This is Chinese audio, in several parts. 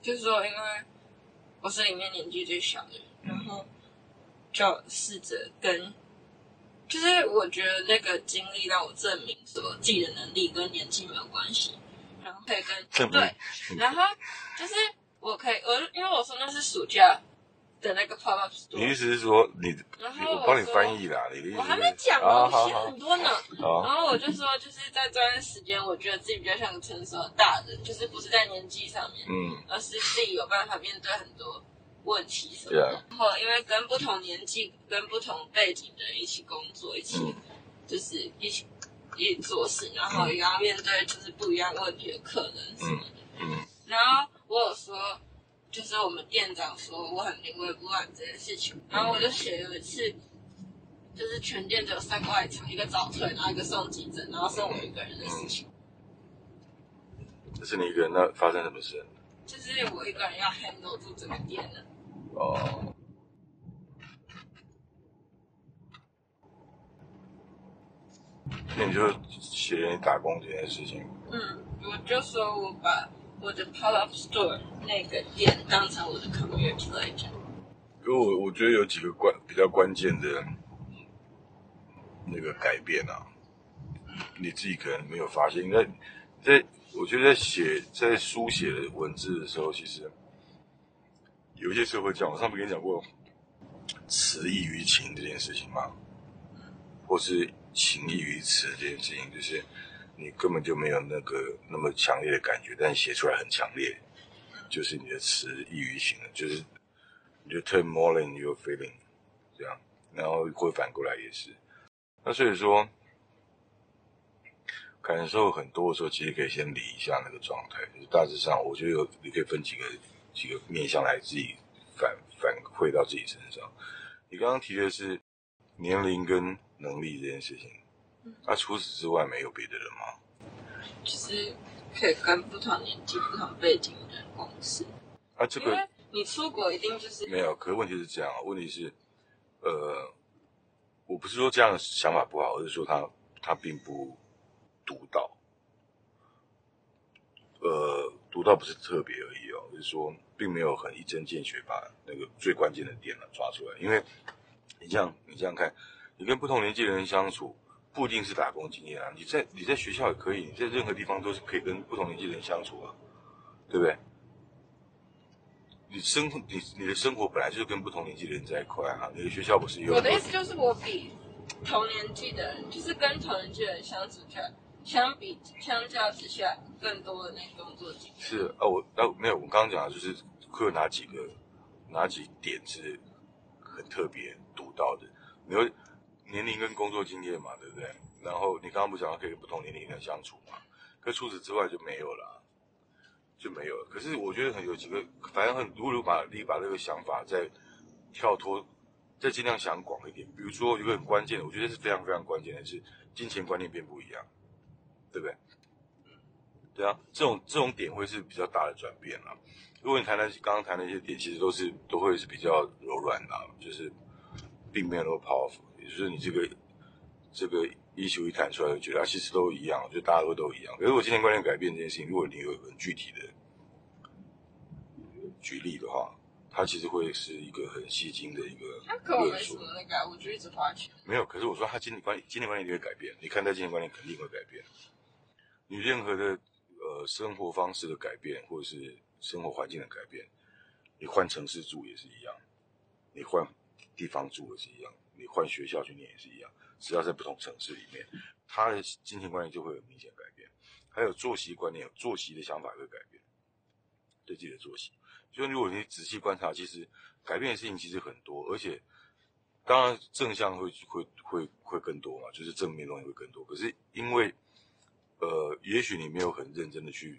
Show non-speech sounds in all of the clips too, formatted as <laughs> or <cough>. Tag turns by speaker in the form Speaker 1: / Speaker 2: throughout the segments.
Speaker 1: 就是说，因为我是里面年纪最小的，然后就试着跟，就是我觉得那个经历让我证明说自己的能力跟年纪没有关系，然后可以跟
Speaker 2: 证明
Speaker 1: 对，然后就是我可以，我因为我说那是暑假的那个 pop up
Speaker 2: 你意
Speaker 1: store，
Speaker 2: 思是说你，
Speaker 1: 然后
Speaker 2: 我帮你
Speaker 1: 说
Speaker 2: 翻译啦，你的意思是？
Speaker 1: 我还没讲呢，
Speaker 2: 啊
Speaker 1: 我
Speaker 2: 好
Speaker 1: 写
Speaker 2: 好
Speaker 1: 很多呢。
Speaker 2: 好，
Speaker 1: 然后我就说，就是在这段时间，我觉得自己比较像个成熟的大人，就是不是在年纪上面，
Speaker 2: 嗯，
Speaker 1: 而是自己有办法面对很多问题什么
Speaker 2: 对
Speaker 1: 的。
Speaker 2: 啊，
Speaker 1: 然后因为跟不同年纪、跟不同背景的人一起工作，一起、
Speaker 2: 嗯
Speaker 1: 就是一起一起做事，然后也要面对就是不一样问题的可能什么的。
Speaker 2: 嗯
Speaker 1: 然后我有说，就是我们店长说我很临危不乱这件事情，然后我就写有一次，就是全店只有三个外场，一个早退，然后一个送急诊，然后剩我一个人的事情，
Speaker 2: 嗯这是你一个人，那发生什么事？
Speaker 1: 就是我一个人要 handle 住整个店的。
Speaker 2: 哦，那你就写你打工这件事情，
Speaker 1: 嗯，我就说我把我的 pop up store 那个店当成我的 community 来讲。
Speaker 2: 可我我觉得有几个关比较关键的那个改变啊，你自己可能没有发现。在在我觉得在写在书写文字的时候，其实有一些时候会讲，我上次跟你讲过词异于情这件事情嘛，或是情异于词这件事情，就是你根本就没有那个那么强烈的感觉，但写出来很强烈，就是你的词异于情了，就是。你就 turn more than your feeling，这样，然后会反过来也是。那所以说，感受很多的时候，其实可以先理一下那个状态，就是大致上，我觉得有你可以分几个几个面向来自己反反馈到自己身上。你刚刚提的是年龄跟能力这件事情，
Speaker 1: 嗯
Speaker 2: 那、除此之外没有别的了吗？
Speaker 1: 就是可以跟不同年纪、不同背景的人共事，
Speaker 2: 啊，这
Speaker 1: 因为
Speaker 2: 个
Speaker 1: 你出国一定就是
Speaker 2: 没有，可是问题是这样啊，问题是，呃，我不是说这样的想法不好，而是说他他并不独到，呃，独到不是特别而已哦，就是说并没有很一针见血把那个最关键的点呢抓出来，因为你这样你这样看，你跟不同年纪的人相处。不一定是打工经验啊，你在你在学校也可以，你在任何地方都是可以跟不同年纪的人相处啊，对不对？你生活，你你的生活本来就是跟不同年纪的人在一块啊。你的学校不是也有
Speaker 1: 我的意思就是，我比同年纪的人，就是跟同年纪的人相处下，相比相较之下，更多的那个工作经验。
Speaker 2: 是啊，我啊没有，我刚刚讲的就是会有哪几个哪几点是很特别独到的。你会年龄跟工作经验嘛，对不对？然后你刚刚不讲到可以跟不同年龄的人相处嘛？可除此之外就没有了啊，就没有了。可是我觉得很有几个，反正很如果把你把这个想法再跳脱，再尽量想广一点。比如说有一个很关键的，我觉得是非常非常关键的是金钱观念变不一样，对不对？对啊，这种这种点会是比较大的转变啦。如果你谈的刚刚谈的一些点，其实都是都会是比较柔软的啊、就是并没有那么 powerful。也就是你这个这个一球一弹出来，就觉得啊，其实都一样，就大家都都一样。可是我今天观念改变这件事情，如果你有很具体的举例的话，它其实会是一个很吸睛的一个
Speaker 1: 那可我
Speaker 2: 论
Speaker 1: 没什
Speaker 2: 述。
Speaker 1: 么那个啊，我就一直花钱。
Speaker 2: 没有，可是我说他经济观经济观念一定会改变，你看待经济观念肯定会改变。你任何的呃生活方式的改变，或者是生活环境的改变，你换城市住也是一样，你换地方住也是一样，你换学校去念也是一样，只要在不同城市里面，他的金钱观念就会有明显改变。还有作息观念，作息的想法也会改变，对自己的作息。所以如果你仔细观察，其实改变的事情其实很多，而且当然正向会会会会更多嘛，就是正面的东西会更多。可是因为呃，也许你没有很认真的去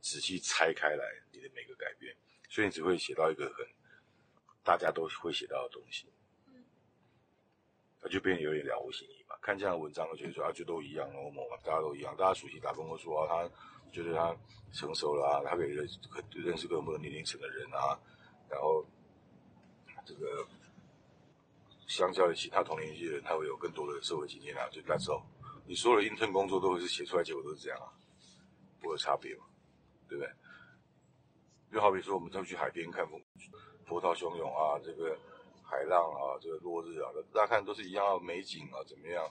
Speaker 2: 仔细拆开来你的每个改变，所以你只会写到一个很大家都会写到的东西，那就变得有点了无新意嘛。看这样的文章，就觉得说啊，就都一样哦，某嘛，大家都一样，大家熟悉打工都说啊，他觉得他成熟了、啊，他可以认认识更多年龄层的人啊，然后这个相较于其他同龄纪的人，他会有更多的社会经验啊，就那时候你所有的 intern 工作都会是写出来结果都是这样啊，不会有差别嘛，对不对？就好比说我们都去海边看风波涛汹涌啊，这个海浪啊，这个落日啊，大家看都是一样的美景啊，怎么样？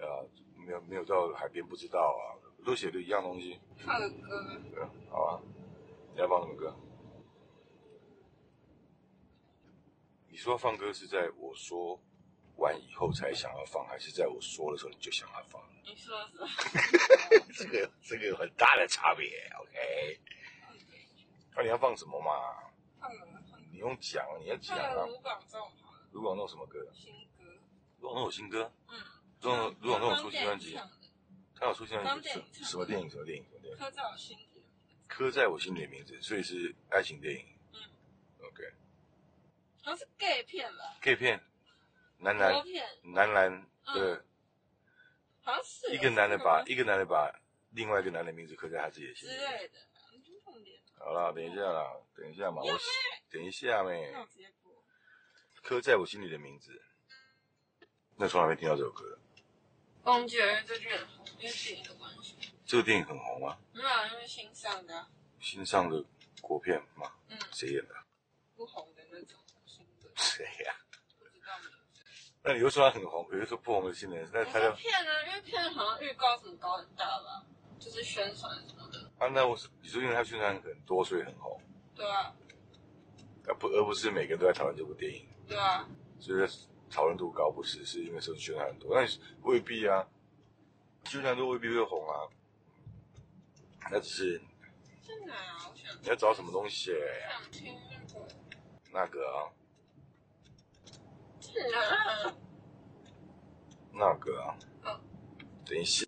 Speaker 2: 啊，没有没有到海边不知道啊，都写的一样东西，
Speaker 1: 唱个歌，
Speaker 2: 对啊好啊。你要放什么歌？你说放歌是在我说完以后才想要放，还是在我说的时候你就想要放？
Speaker 1: 你说什么？
Speaker 2: 这个这个有很大的差别，OK？那、你要放什么嘛？
Speaker 1: 唱个唱个
Speaker 2: 你用讲，你要讲
Speaker 1: 唱
Speaker 2: 啊
Speaker 1: 个。卢广仲好了，
Speaker 2: 卢广仲什么歌？
Speaker 1: 新歌，
Speaker 2: 卢广仲有新歌？
Speaker 1: 嗯，
Speaker 2: 卢广卢广仲有出新专
Speaker 1: 方
Speaker 2: 辑
Speaker 1: 健，
Speaker 2: 啊
Speaker 1: 唱的
Speaker 2: 他有出新专
Speaker 1: 方
Speaker 2: 辑
Speaker 1: 健
Speaker 2: 是
Speaker 1: 唱
Speaker 2: 什么电影？什么电影？什么电影？
Speaker 1: 刻在我心底。
Speaker 2: 刻在我心里的名字，所以是爱情电影。
Speaker 1: 嗯
Speaker 2: ，OK。
Speaker 1: 好像是 gay 片吧，
Speaker 2: K 片，男男
Speaker 1: 国片，
Speaker 2: 男男
Speaker 1: 哦嗯
Speaker 2: 的、
Speaker 1: 好像是
Speaker 2: <laughs>
Speaker 1: 哦
Speaker 2: 一个男的把
Speaker 1: 之
Speaker 2: 一个男的把另外一个男的名字刻在他自己的心里。
Speaker 1: 类的，你就重点，
Speaker 2: 好啦，等一下啦，等一下嘛，我等一下没
Speaker 1: 那我直接播。
Speaker 2: 刻在我心里的名字。那从来没听到这首歌，
Speaker 1: 翁姐儿最近很红，因为电影的关系，
Speaker 2: 这个电影很红吗？
Speaker 1: 没有，因为新上的啊，
Speaker 2: 新上的国片嘛，
Speaker 1: 嗯，
Speaker 2: 谁演的？ <laughs>
Speaker 1: 不红的那种新的，
Speaker 2: 谁呀、
Speaker 1: 不知道名字。
Speaker 2: 那你又说他很红，可是说不红的新人，那
Speaker 1: 我
Speaker 2: 他
Speaker 1: 说
Speaker 2: 的
Speaker 1: 骗啊，因为骗好像预告什么搞很大吧，就是宣传什么的，
Speaker 2: 啊，那我是你说因为他宣传很多，所以很红，
Speaker 1: 对啊，
Speaker 2: 而不而不是每个人都在讨论这部电影。
Speaker 1: 对啊，
Speaker 2: 所以讨论度高不是，是因为社会宣传很多，但是未必啊，宣传度未必会红啊。那只是
Speaker 1: 在哪啊？我想
Speaker 2: 你要找什么东西、
Speaker 1: 想听那个，
Speaker 2: 那个啊，
Speaker 1: 在哪啊？
Speaker 2: 那个啊
Speaker 1: 嗯，
Speaker 2: 啊等一下，